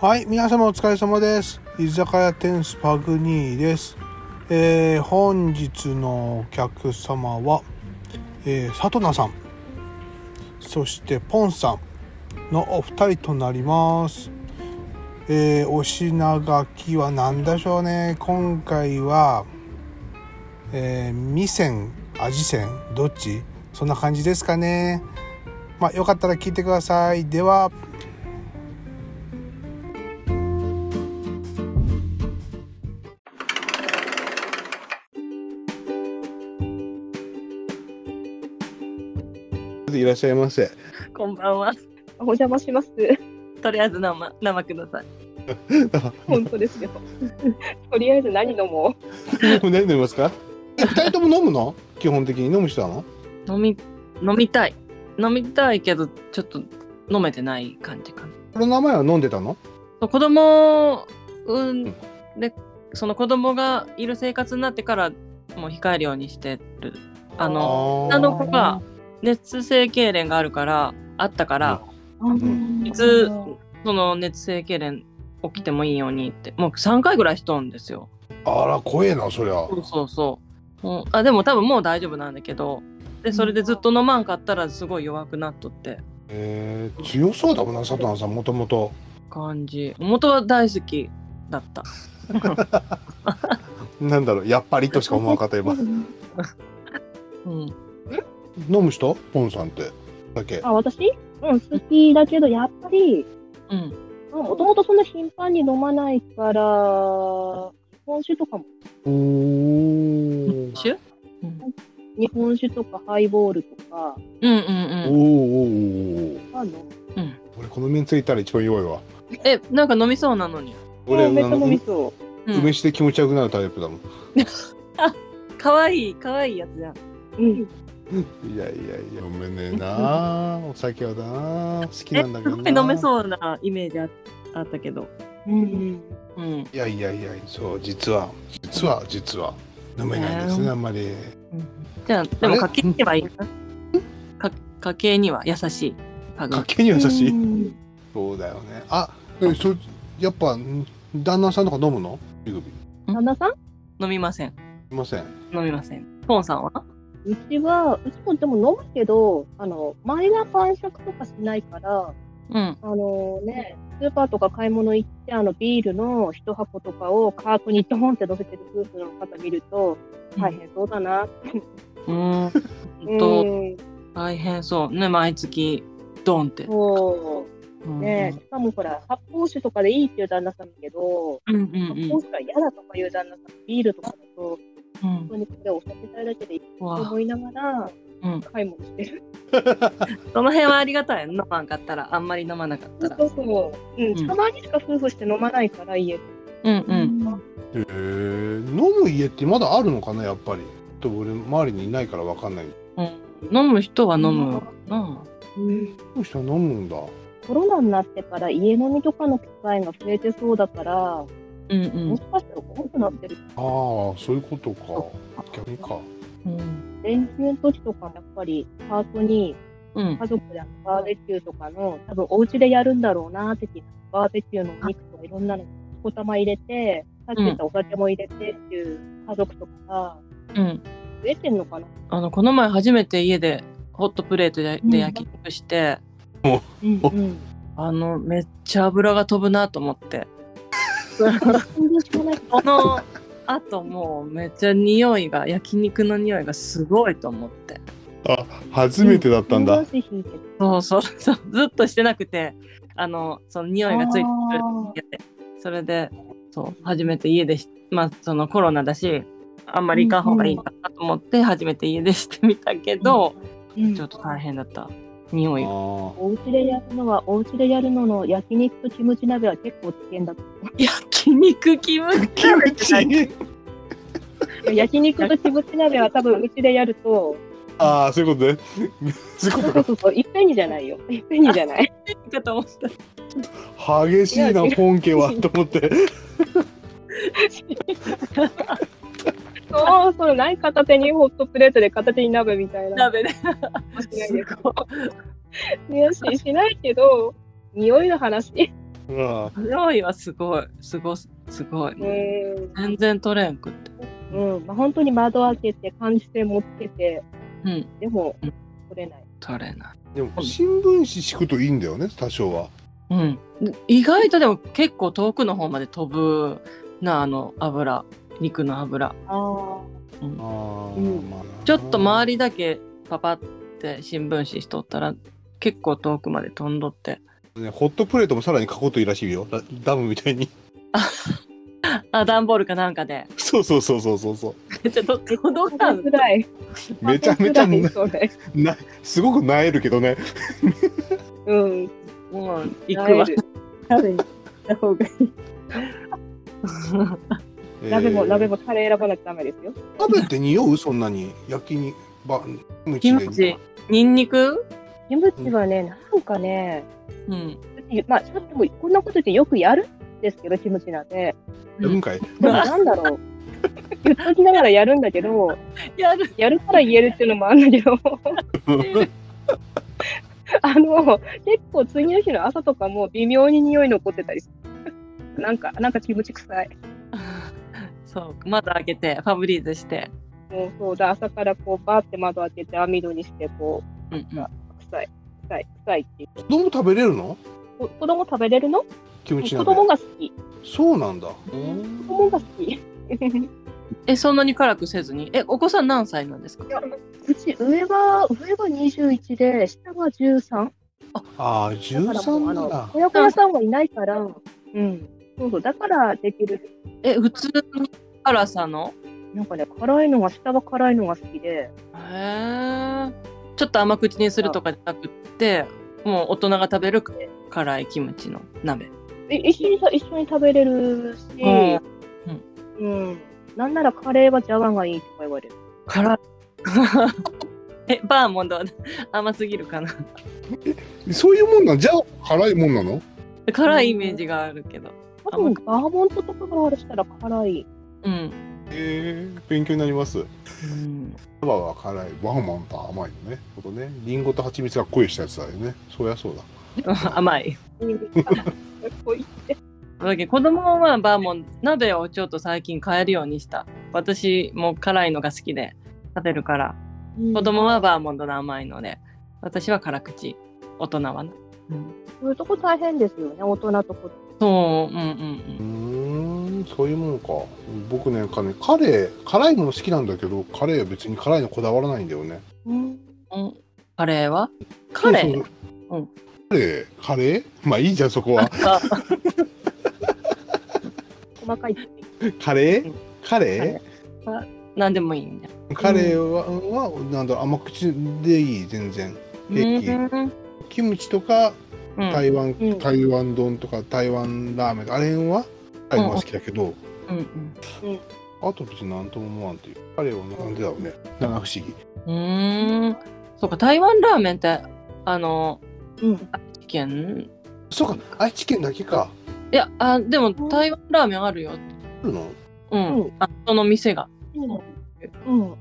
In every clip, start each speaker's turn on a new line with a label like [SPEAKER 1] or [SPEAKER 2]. [SPEAKER 1] はい皆様お疲れ様です居酒屋テンスパグニーです、えー本日のお客様は、えー、サトナさんそしてポンさんのお二人となりますえー、お品書きは何でしょうね今回はえー、味線味線どっちそんな感じですかねまあよかったら聞いてくださいではいらっしゃいませ
[SPEAKER 2] こんばんは。
[SPEAKER 3] お邪魔します。
[SPEAKER 2] とりあえず生、生ください。
[SPEAKER 3] 本当ですよ。とりあえず何飲もう。
[SPEAKER 1] 何飲みますかえ二人とも飲むの基本的に飲む人なの
[SPEAKER 2] 飲み、飲みたい。飲みたいけど、ちょっと飲めてない感じかな
[SPEAKER 1] コロナ前は飲んでたの
[SPEAKER 2] そう。子供うんで、その子供がいる生活になってから、もう控えるようにしてる。あの、
[SPEAKER 1] あ
[SPEAKER 2] 女の子が熱性痙攣があるから、あったから、
[SPEAKER 1] ん
[SPEAKER 2] いつ、その熱性痙攣起きてもいいようにって、もう3回ぐらいしとんですよ。
[SPEAKER 1] あら怖えなそりゃ
[SPEAKER 2] そうそうそう。うんあでも多分もう大丈夫なんだけどでそれでずっと飲まんかったらすごい弱くなっとって
[SPEAKER 1] えー、強そうだもんな佐藤さんもともと
[SPEAKER 2] 感じ元は大好きだった
[SPEAKER 1] なんだろうやっぱりとしか思わなかった今飲
[SPEAKER 2] うん
[SPEAKER 1] む人ポンさんってだけ
[SPEAKER 3] あ、私うん、好きだけど、やっぱり、
[SPEAKER 2] うん
[SPEAKER 3] もともとそんな頻繁に飲まないから、日本酒とかも、
[SPEAKER 1] おー
[SPEAKER 2] しゅ
[SPEAKER 3] 日本酒とかハイボールとか
[SPEAKER 2] うんうん
[SPEAKER 1] おーおー
[SPEAKER 2] うん
[SPEAKER 1] おーおー
[SPEAKER 3] は飲む。
[SPEAKER 1] 俺この面ついたら一番弱いわ
[SPEAKER 2] えなんか飲みそうなのに、
[SPEAKER 1] 俺
[SPEAKER 3] うんめっ
[SPEAKER 1] あ
[SPEAKER 3] ちゃ
[SPEAKER 1] の
[SPEAKER 3] 飲みそう。
[SPEAKER 2] うん
[SPEAKER 1] 梅酒で気持ち悪くなるタイプだもん
[SPEAKER 2] かわいいかわいいやつじゃん
[SPEAKER 3] うん。
[SPEAKER 1] いやいやいや飲めねえなお酒はな好き
[SPEAKER 2] え
[SPEAKER 1] なんだけ
[SPEAKER 2] す
[SPEAKER 1] ど
[SPEAKER 2] ご
[SPEAKER 1] ない
[SPEAKER 2] 飲めそうなイメージああったけど
[SPEAKER 3] うん。
[SPEAKER 2] うん
[SPEAKER 1] いやいやいやそう実は実は実は飲めないんですね、
[SPEAKER 2] えー
[SPEAKER 1] あんまり
[SPEAKER 2] じゃあで
[SPEAKER 1] あ
[SPEAKER 2] も
[SPEAKER 1] れ
[SPEAKER 2] 家計にはいいなか家計には優しいパグ
[SPEAKER 1] 家計には優しい、
[SPEAKER 3] うん
[SPEAKER 1] そうだよねあえそやっぱん旦那さんとか飲むのビグビ
[SPEAKER 3] 旦那さん
[SPEAKER 2] 飲みません
[SPEAKER 1] すいません
[SPEAKER 2] 飲みませんポンさんは
[SPEAKER 3] うちは、うちもでも飲むけど、あの、前が晩酌とかしないから、
[SPEAKER 2] うん
[SPEAKER 3] あのね、スーパーとか買い物行って、あのビールの一箱とかをカートにドーンって乗せてる夫婦の方見ると、大変そうだな。
[SPEAKER 2] う ーんと、
[SPEAKER 3] うん、
[SPEAKER 2] 大変そうね毎月ドンって、
[SPEAKER 3] そううんね。しかもほら、発泡酒とかでいいっていう旦那さんだけど、
[SPEAKER 2] うんうん
[SPEAKER 3] 発
[SPEAKER 2] うん
[SPEAKER 3] 泡酒が嫌だとかいう旦那さん、ビールとかだと、
[SPEAKER 2] うん
[SPEAKER 3] 本当にこれお酒代だけでいいと
[SPEAKER 2] うわ
[SPEAKER 3] 思いながら
[SPEAKER 2] うん、
[SPEAKER 3] 買い物してる。
[SPEAKER 2] その辺はありがたい飲まんかったらあんまり飲まなかったら
[SPEAKER 3] そうそう。う
[SPEAKER 2] うん
[SPEAKER 3] ん、たまにしか夫婦して飲まないから、家で。
[SPEAKER 2] うんうん
[SPEAKER 1] へえ飲む家ってまだあるのかなやっぱりちょっと俺周りにいないからわかんない
[SPEAKER 2] うん飲む人は飲むな
[SPEAKER 3] うん
[SPEAKER 1] 飲む人は飲むんだ
[SPEAKER 3] コロナになってから家飲みとかの機会が増えてそうだから、
[SPEAKER 2] うん
[SPEAKER 3] もしかしたら多くなってる。
[SPEAKER 1] ああそういうことか逆にか
[SPEAKER 2] うんうん
[SPEAKER 3] 連休の時とかもやっぱりパートに
[SPEAKER 2] うん
[SPEAKER 3] 家族であのバーベキューとかの多分お家でやるんだろうな的なバーベキューのお肉とかいろんなのお玉入れてさっき言ったお酒も入れてっていう家族とかが
[SPEAKER 2] うん
[SPEAKER 3] 増えてんのかな、
[SPEAKER 2] あのこの前初めて家でホットプレートでで焼き肉して、
[SPEAKER 3] うん
[SPEAKER 1] お
[SPEAKER 3] うん、
[SPEAKER 2] あのめっちゃ油が飛ぶなと思って
[SPEAKER 3] 全然知らない
[SPEAKER 2] このあともうめっちゃ匂いが焼肉の匂いがすごいと思って
[SPEAKER 1] あ初めてだったんだ、
[SPEAKER 3] 足引いてる
[SPEAKER 2] そうそうそうずっとしてなくてあのその匂いがついてる
[SPEAKER 3] あ
[SPEAKER 2] それでそう初めて家でしまあそのコロナだしあんまり行かん方がいいかなと思って初めて家でしてみたけど、
[SPEAKER 3] うん
[SPEAKER 2] ちょっと大変だった匂いが
[SPEAKER 1] あ
[SPEAKER 3] お家でやるのはお家でやるのの焼肉とキムチ鍋は結構危険だと
[SPEAKER 2] 焼肉キムチ
[SPEAKER 1] あキムチ
[SPEAKER 3] いや焼肉とキムチ鍋は多分うちでやると
[SPEAKER 1] ああそういうことね そういう
[SPEAKER 3] そうそうそういっぺんにじゃないよいっぺんにじゃない
[SPEAKER 2] かと思った
[SPEAKER 1] こと激しいな本家はと思って
[SPEAKER 3] そうそう、ない片手にホットプレートで片手に鍋みたいな。
[SPEAKER 2] 鍋で
[SPEAKER 3] いやししないけど、匂いの話。
[SPEAKER 1] うん
[SPEAKER 2] 匂いはすごいすごすすごい、
[SPEAKER 3] う
[SPEAKER 2] 全然取れんくって
[SPEAKER 3] ん、うんまあ、本当に窓開けて、監視線持ってて、
[SPEAKER 2] うん
[SPEAKER 3] でも
[SPEAKER 2] うん、
[SPEAKER 3] 取れない。
[SPEAKER 2] 取れない
[SPEAKER 1] でも新聞紙敷くといいんだよね多少は
[SPEAKER 2] うん意外とでも結構遠くの方まで飛ぶなあの油肉の油
[SPEAKER 3] あ
[SPEAKER 1] ああ、
[SPEAKER 3] うん
[SPEAKER 1] まあな
[SPEAKER 2] ちょっと周りだけパパって新聞紙しとったら結構遠くまで飛んどって
[SPEAKER 1] ねホットプレートもさらに書こうといいらしいよラダムみたいに
[SPEAKER 2] あ段ボールかなんかで
[SPEAKER 1] そうそうそうそうそうそ
[SPEAKER 2] ちょっとどうした
[SPEAKER 3] あ、
[SPEAKER 2] の
[SPEAKER 3] ぐらい。
[SPEAKER 1] うめちゃめちゃ
[SPEAKER 3] 辛い
[SPEAKER 1] な
[SPEAKER 3] それ。
[SPEAKER 1] なすごくなえるけどね
[SPEAKER 3] うん、
[SPEAKER 2] もう行くわ
[SPEAKER 3] 会える。鍋に行った方がいい。鍋も、鍋
[SPEAKER 1] も
[SPEAKER 3] もカレー選ばなきゃダメですよ。
[SPEAKER 1] 鍋って匂うそんなに焼きにばム
[SPEAKER 2] キ
[SPEAKER 1] チ
[SPEAKER 2] ムチニンニク
[SPEAKER 3] キムチはね、なんかね、
[SPEAKER 2] うん
[SPEAKER 3] まあ、ちょっともこんなことってよくやるんですけど、キムチなんて。
[SPEAKER 1] やるんかい
[SPEAKER 3] でもなんだろう。言っときながらやるんだけど、
[SPEAKER 2] やる
[SPEAKER 3] やるから言えるっていうのもあるんだけ ど、あの、結構次の日の朝とかも微妙に匂い残ってたりする。なんか、なんかキムチ臭い。
[SPEAKER 2] そう窓開けてファブリーズして
[SPEAKER 3] もうそうだ、朝からこう、バーって窓開けて網戸にして、こ
[SPEAKER 2] うんうん
[SPEAKER 3] う、臭い、臭い、臭いっていう。
[SPEAKER 1] 子供食べれるの
[SPEAKER 3] こ子供食べれるの
[SPEAKER 1] キム
[SPEAKER 3] 子
[SPEAKER 1] チ鍋
[SPEAKER 3] 供が好き。
[SPEAKER 1] そうなんだ
[SPEAKER 3] 子供が好 き。
[SPEAKER 2] えそんなに辛くせずにえお子さん何歳なんですか
[SPEAKER 3] うち、上が、上が21で、下が 13?
[SPEAKER 1] ああ13
[SPEAKER 3] だ
[SPEAKER 1] な
[SPEAKER 3] からもうあの
[SPEAKER 1] ら
[SPEAKER 3] 親子屋さんはいないから、うん、そうそう、だからできる。
[SPEAKER 2] え普通の辛さの
[SPEAKER 3] なんかね、辛いのが、下は辛いのが好きで、
[SPEAKER 2] へえちょっと甘口にするとかじゃなくってもう大人が食べる辛いキムチの鍋
[SPEAKER 3] い一緒にさ一緒に食べれるし、
[SPEAKER 2] うん
[SPEAKER 3] うん、なんならカレーは茶碗がいいとか言われる。
[SPEAKER 2] 辛い えバーモンドは甘すぎるかな
[SPEAKER 1] そういうもんなんじゃあ辛いもんなの
[SPEAKER 2] 辛いイメージがあるけど
[SPEAKER 3] 多分、バーモントとかがあるしたら辛 い。
[SPEAKER 2] うん、
[SPEAKER 1] ええ勉強になります
[SPEAKER 2] うん、
[SPEAKER 1] そばは辛いワンマンと甘いのねほんとねリンゴと蜂蜜が恋したやつだよねそりゃそうだ
[SPEAKER 2] 甘い
[SPEAKER 3] いいですかこい
[SPEAKER 2] だけど子供はバーモン鍋をちょっと最近変えるようにした私も辛いのが好きで食べるから子供はバーモンドの甘いので私は辛口大人はね、
[SPEAKER 3] そういうとこ大変ですよね、大人と子供。
[SPEAKER 2] そううんうん
[SPEAKER 1] うーんそういうもんか僕ねかねカレー辛いもの好きなんだけどカレーは別に辛いのこだわらないんだよね
[SPEAKER 3] うん、
[SPEAKER 2] うんうんカレーはカレー
[SPEAKER 1] そうそう
[SPEAKER 2] うん
[SPEAKER 1] カレーカレーまあいいじゃんそこは
[SPEAKER 3] 細かい。
[SPEAKER 1] カレーカレ
[SPEAKER 2] カ
[SPEAKER 1] ー
[SPEAKER 2] レ何でもいいんだよ
[SPEAKER 1] カレーは,、はなんだろう甘口でいい全然平気
[SPEAKER 2] うん
[SPEAKER 1] キムチとか
[SPEAKER 2] うん
[SPEAKER 1] 台湾、
[SPEAKER 3] うん
[SPEAKER 1] 台湾丼とか台湾ラーメンとかあれんはあれのが好きだけど、
[SPEAKER 2] うん
[SPEAKER 1] あと別に何とも思わんっていうカレーはなんでだろうね七不思議
[SPEAKER 2] うんうーんそうか台湾ラーメンってあの
[SPEAKER 3] うん、
[SPEAKER 2] 愛知県
[SPEAKER 1] そうか愛知県だけか
[SPEAKER 2] いやあでも台湾ラーメンあるよ
[SPEAKER 1] あるの
[SPEAKER 2] うん、
[SPEAKER 3] うん
[SPEAKER 2] あその店が
[SPEAKER 3] うん、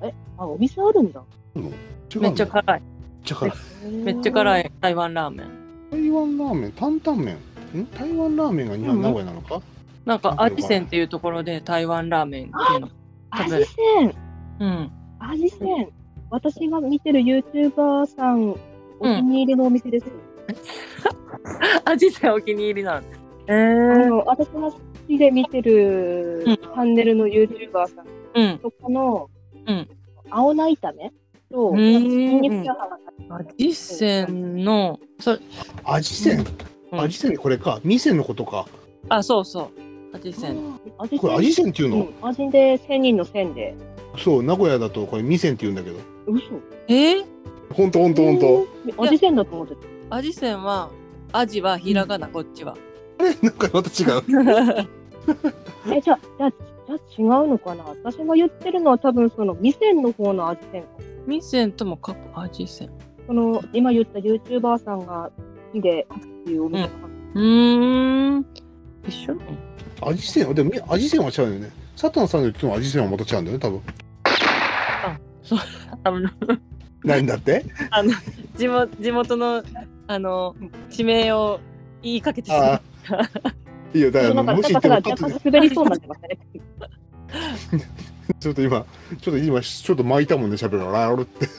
[SPEAKER 3] え、あ、お店あるんだ。
[SPEAKER 1] あるの違うの
[SPEAKER 2] めっちゃ
[SPEAKER 1] めっ
[SPEAKER 2] 辛い
[SPEAKER 1] ちゃ辛い
[SPEAKER 2] めっちゃ辛
[SPEAKER 3] い。
[SPEAKER 2] い台湾ラーメン
[SPEAKER 1] 台湾ラーメン担々麺ん台湾ラーメンが日
[SPEAKER 3] う
[SPEAKER 1] 本
[SPEAKER 3] ん
[SPEAKER 1] 名古屋なのか、
[SPEAKER 2] なんか
[SPEAKER 1] あ
[SPEAKER 2] アジセンっていうところで台湾ラーメンっていうの
[SPEAKER 3] 味仙、
[SPEAKER 2] うん
[SPEAKER 3] 味仙。私が見てる YouTuber さん、お気に入りのお店です。
[SPEAKER 2] アジセンお気に入りなんえ
[SPEAKER 3] あ
[SPEAKER 2] ー、
[SPEAKER 3] の私が好きで見てる
[SPEAKER 2] うん
[SPEAKER 3] チャンネルの YouTuber さん
[SPEAKER 2] うん
[SPEAKER 3] とかの、
[SPEAKER 2] うん
[SPEAKER 3] 青菜炒めと、
[SPEAKER 2] う
[SPEAKER 3] ニ
[SPEAKER 2] ーん
[SPEAKER 3] ンニクチャーハンが
[SPEAKER 2] アジセンのそ
[SPEAKER 1] 味仙、
[SPEAKER 2] うん
[SPEAKER 1] 味仙これか味仙のことか
[SPEAKER 2] あそうそうアジセン
[SPEAKER 3] 味
[SPEAKER 1] これ味仙っていうの、
[SPEAKER 3] うん、味で千人の千で。
[SPEAKER 1] そう名古屋だとこれ味仙って言うんだけど
[SPEAKER 3] 嘘
[SPEAKER 2] えー、
[SPEAKER 1] ほんとほんとほんと。
[SPEAKER 3] 味仙だと思ってた。
[SPEAKER 2] アジセンはアジはひらがな、こっちは
[SPEAKER 1] なんかまた違う
[SPEAKER 3] え、じゃあ、じゃあ、じゃあ違うのかな私が言ってるのは多分その味仙の方の味仙か。
[SPEAKER 2] ミセンとも書くアジセン
[SPEAKER 3] その、今言った YouTuber さんが好きでっていうお店が、
[SPEAKER 2] うーん一緒なの
[SPEAKER 1] 味仙はでもみ味仙は違うよねサタンさんの言っても味仙はまた違うんだよね多分
[SPEAKER 2] あの
[SPEAKER 1] 何だって
[SPEAKER 2] 地元地元のあの地名を言いかけてしま
[SPEAKER 1] あ
[SPEAKER 2] う
[SPEAKER 1] いいよ、だか
[SPEAKER 3] な
[SPEAKER 1] ら、
[SPEAKER 3] んか
[SPEAKER 1] もし行って
[SPEAKER 3] が
[SPEAKER 1] も、
[SPEAKER 3] 若
[SPEAKER 1] ち
[SPEAKER 3] 干滑りそうになってましたね。
[SPEAKER 1] ょっと今、ちょっと今、ちょっと巻いたもんね、喋るから、俺って。
[SPEAKER 3] ち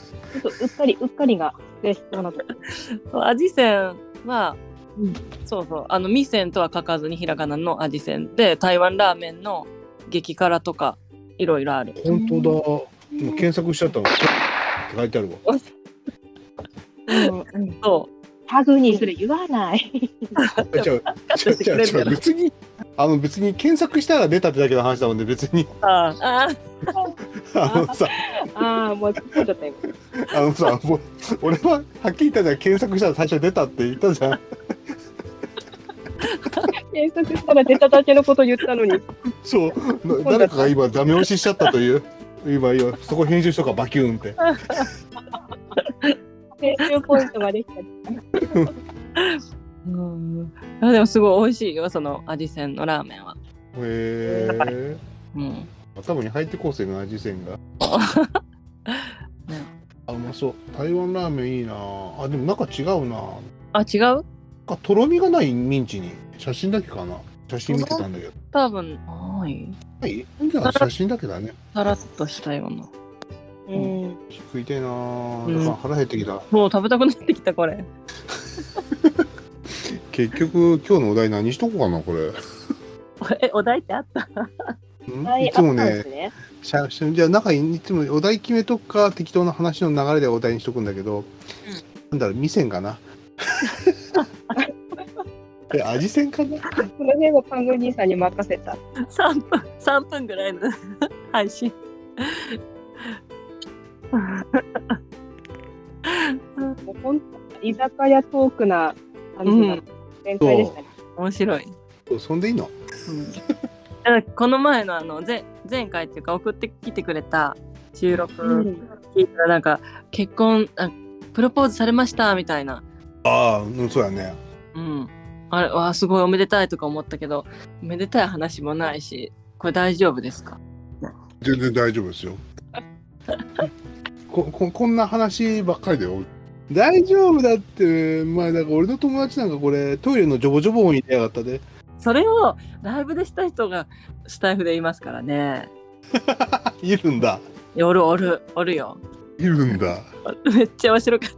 [SPEAKER 3] ょっとうっかり、うっかりが発生しそうなとこ。
[SPEAKER 2] アジセンは、
[SPEAKER 3] うん
[SPEAKER 2] そうそうあのミセンとは書かずにひらがなのアジセンで台湾ラーメンの激辛とかいろいろある
[SPEAKER 1] 本当だ。もう検索しちゃったわ。って書いてあるわ。
[SPEAKER 3] うんうん。
[SPEAKER 2] そう
[SPEAKER 3] タグにそれ言わない。
[SPEAKER 1] 違う、違う、違う、違う、別に、あの、別に検索したら出たってだけの話だもんね、別に。
[SPEAKER 2] あーあー
[SPEAKER 1] あのさ、
[SPEAKER 3] ああ、もう突っ込んじゃった今。
[SPEAKER 1] あのさ、もう俺ははっきり言ったじゃん、検索したら最初出たって言ったじゃん。
[SPEAKER 3] 検索したら出ただけのこと言ったのに。
[SPEAKER 1] そう、な誰かが今、ダメ押ししちゃったという。今、今、そこ編集しとか、バキューンって。
[SPEAKER 3] 編集ポイントができた。
[SPEAKER 2] うんあでもすごい美味しいよそのアジセンのラーメンは、
[SPEAKER 1] へえ。
[SPEAKER 2] うん、
[SPEAKER 1] 頭に入ってこうせんな、味線 が。あ、うまそう。台湾ラーメンいいな。あ、でもなんか違うな。なん
[SPEAKER 2] あ違う
[SPEAKER 1] かとろみがないミンチに。写真だけかな。写真見てたんだけど。
[SPEAKER 2] 多分はい
[SPEAKER 1] はい。じゃあ写真だけだね。
[SPEAKER 2] さらっとしたような
[SPEAKER 3] うん。
[SPEAKER 1] 食いてえな。
[SPEAKER 2] ん
[SPEAKER 1] なんか腹減ってきた。
[SPEAKER 2] もう食べたくなってきたこれ
[SPEAKER 1] 結局、今日のお題何しとこうかな、これ。
[SPEAKER 2] えお題ってあった
[SPEAKER 1] うん
[SPEAKER 3] はいい、
[SPEAKER 1] つも
[SPEAKER 3] あったん
[SPEAKER 1] ね
[SPEAKER 3] です、ね。
[SPEAKER 1] しゃじゃあ中にいつもお題決めとくか適当な話の流れでお題にしとくんだけど、なんだろう味線か なえ味線かな
[SPEAKER 3] この辺はパング兄さんに任せた。
[SPEAKER 2] 3分3分ぐらいの 配信
[SPEAKER 3] もう本当居酒屋トークな感じの展開でしたね。
[SPEAKER 2] 面白い、
[SPEAKER 1] そうそんでいいの
[SPEAKER 2] うんだからこの前のあのぜ前回っていうか送ってきてくれた収
[SPEAKER 3] うん
[SPEAKER 2] 録聞いたらなんか結婚あプロポーズされましたみたいな
[SPEAKER 1] ああうんそうやね
[SPEAKER 2] うんあれわあすごいおめでたいとか思ったけどおめでたい話もないしこれ大丈夫ですか
[SPEAKER 1] 全然大丈夫ですよ こここんな話ばっかりだよ大丈夫だって前だから俺の友達なんかこれトイレのジョボジョボ音入れやがったで
[SPEAKER 2] それをライブでした人がスタイフでいますからね
[SPEAKER 1] いるんだ
[SPEAKER 2] 夜おるおるよ
[SPEAKER 1] いるんだ
[SPEAKER 2] めっちゃ面白かっ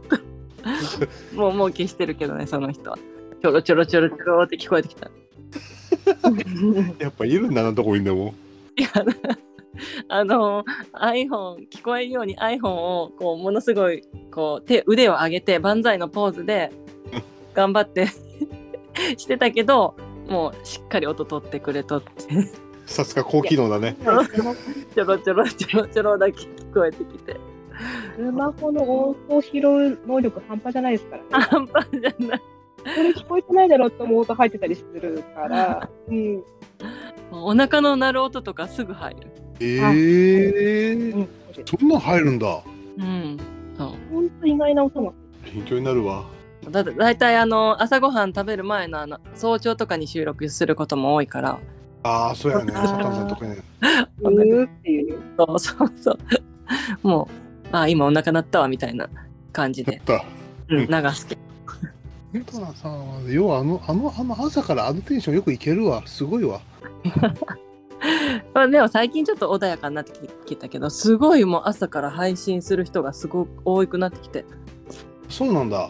[SPEAKER 2] たもうもう消してるけどねその人はちょろちょろちょろちょろって聞こえてきた
[SPEAKER 1] やっぱいるんだなとこにでも
[SPEAKER 2] いやあの iPhone 聞こえるように iPhone をこうものすごいこう手腕を上げて万歳のポーズで頑張って してたけどもうしっかり音取ってくれとって
[SPEAKER 1] さすが高機能だね
[SPEAKER 2] ちょろちょろちょろちょろだけ聞こえてきて
[SPEAKER 3] スマホの音を拾う能力半端じゃないですからね。
[SPEAKER 2] 半端じゃない
[SPEAKER 3] これ聞こえてないだろうと思うと入ってたりする から。うん。
[SPEAKER 2] もうお腹の鳴る音とかすぐ入る
[SPEAKER 1] ええー
[SPEAKER 3] うん。
[SPEAKER 1] そんなん入るんだ。
[SPEAKER 2] うんそう
[SPEAKER 3] 本当意外な音が。
[SPEAKER 1] 勉強になるわ。
[SPEAKER 2] だだいたいあの朝ごはん食べる前のあの早朝とかに収録することも多いから
[SPEAKER 1] ああ、そうやね。
[SPEAKER 3] あー
[SPEAKER 1] サタンさんとかね。
[SPEAKER 3] うーっていう。
[SPEAKER 2] そう そうそうもうあ今お腹鳴ったわみたいな感じ
[SPEAKER 1] やっ
[SPEAKER 2] で
[SPEAKER 1] た。
[SPEAKER 2] うん流すけど
[SPEAKER 1] サタンさんは、要はあの、あの、あの朝からあのテンションよくいけるわ。すごいわ。
[SPEAKER 2] まあでも最近ちょっと穏やかになってきたけどすごいもう朝から配信する人がすごく多くなってきて、
[SPEAKER 1] そうなんだ。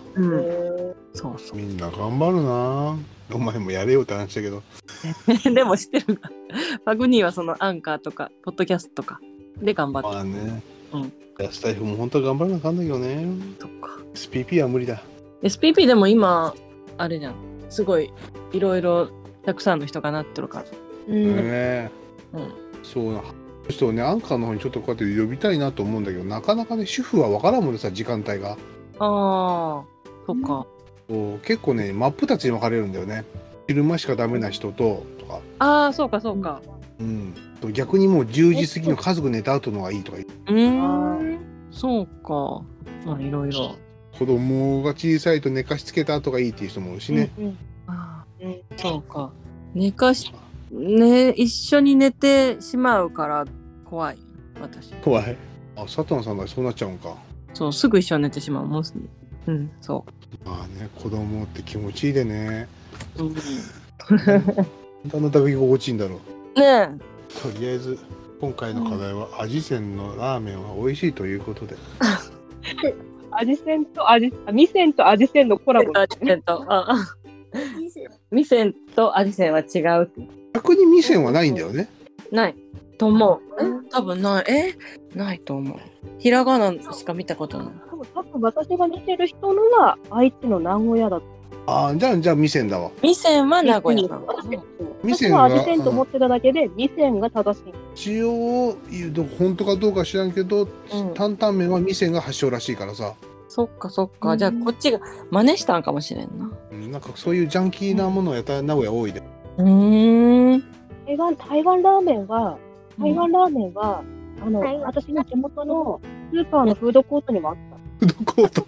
[SPEAKER 2] そうそ
[SPEAKER 1] みんな頑張るな。お前もやれよって話だけど。
[SPEAKER 2] う でもしてるなパグニーはそのアンカーとかポッドキャストとかで頑張って
[SPEAKER 1] まあね。
[SPEAKER 2] うん
[SPEAKER 1] いやスタイフも本当は頑張らなあかんだけどね。
[SPEAKER 2] るとか
[SPEAKER 1] SPP は無理だ。
[SPEAKER 2] SPP でも今あれじゃんすごいいろいろたくさんの人がなってるから
[SPEAKER 3] うん。
[SPEAKER 1] ね
[SPEAKER 2] うん
[SPEAKER 1] そうな。人をね、アンカーの方にちょっとこうやって呼びたいなと思うんだけど、なかなかね、主婦は分からんもんでさ、時間帯が。
[SPEAKER 2] ああそっか
[SPEAKER 1] そう結構ね真っ二つに分かれるんだよね昼間しかダメな人ととか、
[SPEAKER 2] ああそうかそうか
[SPEAKER 1] うん、逆にもう10時過ぎの家族寝た後のがいいとか
[SPEAKER 2] うーんそうかまあいろいろ
[SPEAKER 1] 子供が小さいと寝かしつけた後がいいっていう人もいるしね、
[SPEAKER 3] うん。
[SPEAKER 2] あ
[SPEAKER 3] うん
[SPEAKER 2] あそうか寝かしね一緒に寝てしまうから怖い私
[SPEAKER 1] 怖いあ佐藤さんがそうなっちゃうんか
[SPEAKER 2] そうすぐ一緒に寝てしまうもんうんそう
[SPEAKER 1] まあね子供って気持ちいいでね
[SPEAKER 2] うん
[SPEAKER 1] あの食べ心地いいんだろう
[SPEAKER 2] ね
[SPEAKER 1] とりあえず今回の課題は味仙のラーメンは美味しいということで
[SPEAKER 3] 味仙と味、あ、味仙と味仙のコラボ。
[SPEAKER 2] アジセンと、ああミセンとアジセンは違う。
[SPEAKER 1] 逆に味仙はないんだよね
[SPEAKER 2] ない。と思う。え多分ない。えないと思う。ひらがなしか見たことない。
[SPEAKER 3] 多分多分私が見てる人のは愛知の名古屋だと。
[SPEAKER 1] ああじゃあじゃあ味仙だわ
[SPEAKER 2] ミセンは名古屋なの。
[SPEAKER 1] 味
[SPEAKER 3] 私
[SPEAKER 1] 仙
[SPEAKER 3] は
[SPEAKER 1] は
[SPEAKER 3] 味仙と思ってただけで、味仙が正しい。
[SPEAKER 1] 一応言うと本当かどうか知らんけど
[SPEAKER 2] うん
[SPEAKER 1] 担々麺は味仙が発祥らしいからさ
[SPEAKER 2] そっかそっか。じゃあこっちが真似したんかもしれんな。
[SPEAKER 1] うんなんかそういうジャンキーなものをやたら名古屋多いで
[SPEAKER 2] うーん。
[SPEAKER 3] 台湾、台湾ラーメンは、台湾ラーメンは、あの
[SPEAKER 4] 台、湾
[SPEAKER 3] 私の地元のスーパーのフードコートにもあった。
[SPEAKER 1] フードコート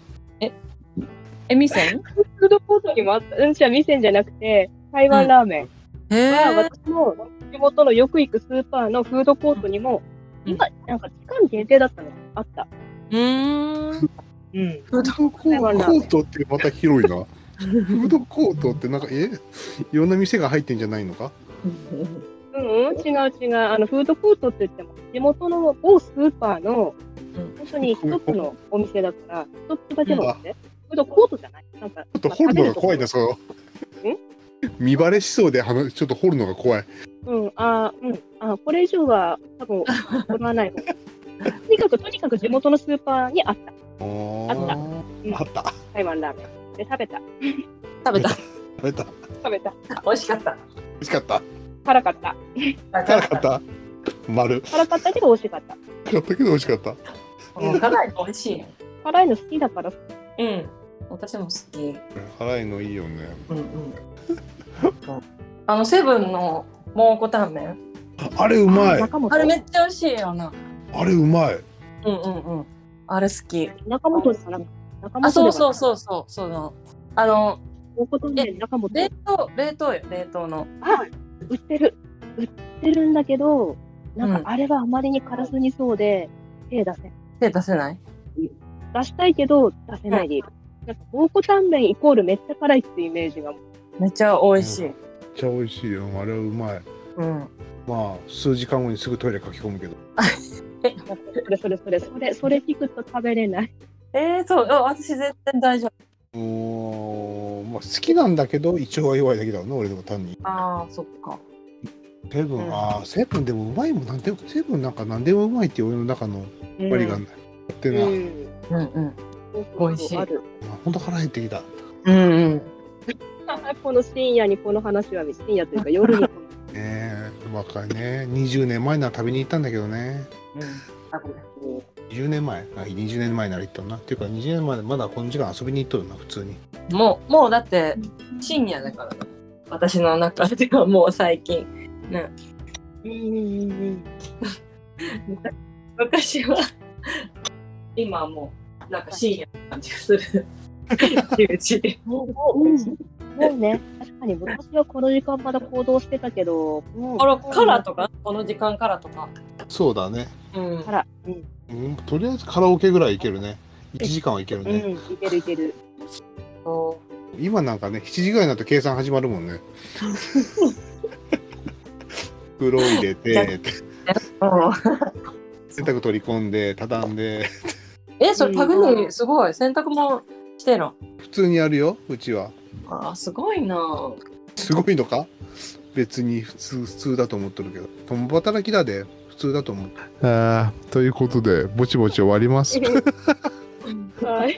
[SPEAKER 2] え、ミセン
[SPEAKER 3] フードコートにもあった。うん、じゃあ、店じゃなくて、台湾ラーメン
[SPEAKER 2] へ
[SPEAKER 3] は、
[SPEAKER 2] え。
[SPEAKER 3] 私の地元のよく行くスーパーのフードコートにも、
[SPEAKER 2] うん
[SPEAKER 3] 今、なんか期間限定だったのあった。
[SPEAKER 2] うーん。
[SPEAKER 3] うん。
[SPEAKER 1] フードコ
[SPEAKER 3] 台湾ラーメン
[SPEAKER 1] ートってまた広いなフードコートってなんかえ いろんな店が入ってんじゃないのか
[SPEAKER 3] うん、うん、違う違う。あの、フードコートって言っても、地元の某スーパーの
[SPEAKER 2] うん、
[SPEAKER 3] 本当に一つのお店だから、一つだけのお店。フードコートじゃないなんか、
[SPEAKER 1] ちょっと掘るのが怖いな、その。見バレしそうで、話ちょっと掘るのが怖い。
[SPEAKER 3] うん、あーうん、あーこれ以上は多 分、取らない方が。とにかく、とにかく地元のスーパーにあった、
[SPEAKER 1] あ
[SPEAKER 3] った
[SPEAKER 1] あった。
[SPEAKER 3] 台湾ラーメン。で、食べた、
[SPEAKER 2] 食べた。
[SPEAKER 1] 食べた。美
[SPEAKER 3] 食べた、
[SPEAKER 2] 美味しかった。
[SPEAKER 1] 味しかった。
[SPEAKER 3] 辛かった。
[SPEAKER 1] 辛かった。丸。
[SPEAKER 3] 辛かったけど美味しかった。
[SPEAKER 1] 辛かったけど美味しかった。
[SPEAKER 2] うん辛いの美味しいね。
[SPEAKER 3] 辛いの好きだから、
[SPEAKER 2] うん。私も好き。
[SPEAKER 1] 辛いのいいよね。
[SPEAKER 2] うんうん。あのセブンの蒙古タンメン。
[SPEAKER 1] あれうまい。
[SPEAKER 3] 中本
[SPEAKER 2] あれめっちゃ美味しいよな。
[SPEAKER 1] あれうまい。
[SPEAKER 2] うんうんうん。あれ好き。
[SPEAKER 3] 中本じゃなくて、中本。
[SPEAKER 2] あ、そうそうそううそう、その。あの、
[SPEAKER 3] おことね、中本。
[SPEAKER 2] 冷凍、冷凍よ、冷凍の。
[SPEAKER 3] あ、売ってる。売ってるんだけど、なん
[SPEAKER 2] うん
[SPEAKER 3] かあれはあまりに辛すぎそうで、手出せない。
[SPEAKER 2] 手出せない。
[SPEAKER 3] 出したいけど、出せないでいる。なんか、蒙古タンメンイコールめっちゃ辛いっていうイメージが。
[SPEAKER 2] めっちゃ美味しい。
[SPEAKER 1] めっちゃ美味しいよ。あれはうまい。
[SPEAKER 2] うん。
[SPEAKER 1] まあ、数時間後にすぐトイレ書き込むけど。
[SPEAKER 3] それそれそれ、それ、それ聞くと食べれない。
[SPEAKER 2] えー、そう、あ私絶対大丈夫。
[SPEAKER 1] おーまあ、好きなんだけど、胃腸が弱いだけだろうな、俺でも単に。
[SPEAKER 2] ああ、そっか。
[SPEAKER 1] セブン、ああ、セブンでもうまいもん、なんでも、セブンなんか何でもうまいっていう俺の中の
[SPEAKER 2] うん
[SPEAKER 1] 割りがない。って
[SPEAKER 3] う
[SPEAKER 1] な。
[SPEAKER 2] う
[SPEAKER 3] ん。
[SPEAKER 2] んうん。
[SPEAKER 3] そうそうそう
[SPEAKER 2] 美味しい
[SPEAKER 3] ある
[SPEAKER 1] あほんと腹減ってきた。
[SPEAKER 2] うんうん。
[SPEAKER 3] この深夜にこの話は、深夜というか夜にこ
[SPEAKER 1] ね
[SPEAKER 3] の
[SPEAKER 1] え、若いね。20年前なら食べに行ったんだけどね。20年前あ、20年前なら行ったな。っていうか、20年前でまだこの時間遊びに行っとるな、普通に。
[SPEAKER 2] もう、もうだって、 深夜だからな。私の中ではもう最近。
[SPEAKER 3] うんうんうんうん。
[SPEAKER 2] 昔は今はもうなんか深夜な感じがす る10時
[SPEAKER 3] そうね、確かに昔はこの時間まだ行動してたけど、もう
[SPEAKER 2] このカラーとかこの時間からとか
[SPEAKER 1] そうだね。
[SPEAKER 2] うん
[SPEAKER 3] から、うん、
[SPEAKER 1] うん、とりあえずカラオケぐらい行けるね。1時間は行ける
[SPEAKER 3] うん、
[SPEAKER 1] ね。
[SPEAKER 3] いけるいけ る。
[SPEAKER 2] そう
[SPEAKER 1] 今なんかね、7時ぐらいになると計算始まるもんね。袋入れて、洗濯取り込んで、畳んで。
[SPEAKER 2] えそれパグにすごい洗濯もしてるの
[SPEAKER 1] 普通にやるよ、うちは。
[SPEAKER 2] あーすごいなぁ
[SPEAKER 1] すごいのか別に普通普通だと思っとるけど共働きだで普通だと思うあということでぼちぼち終わります
[SPEAKER 3] はい、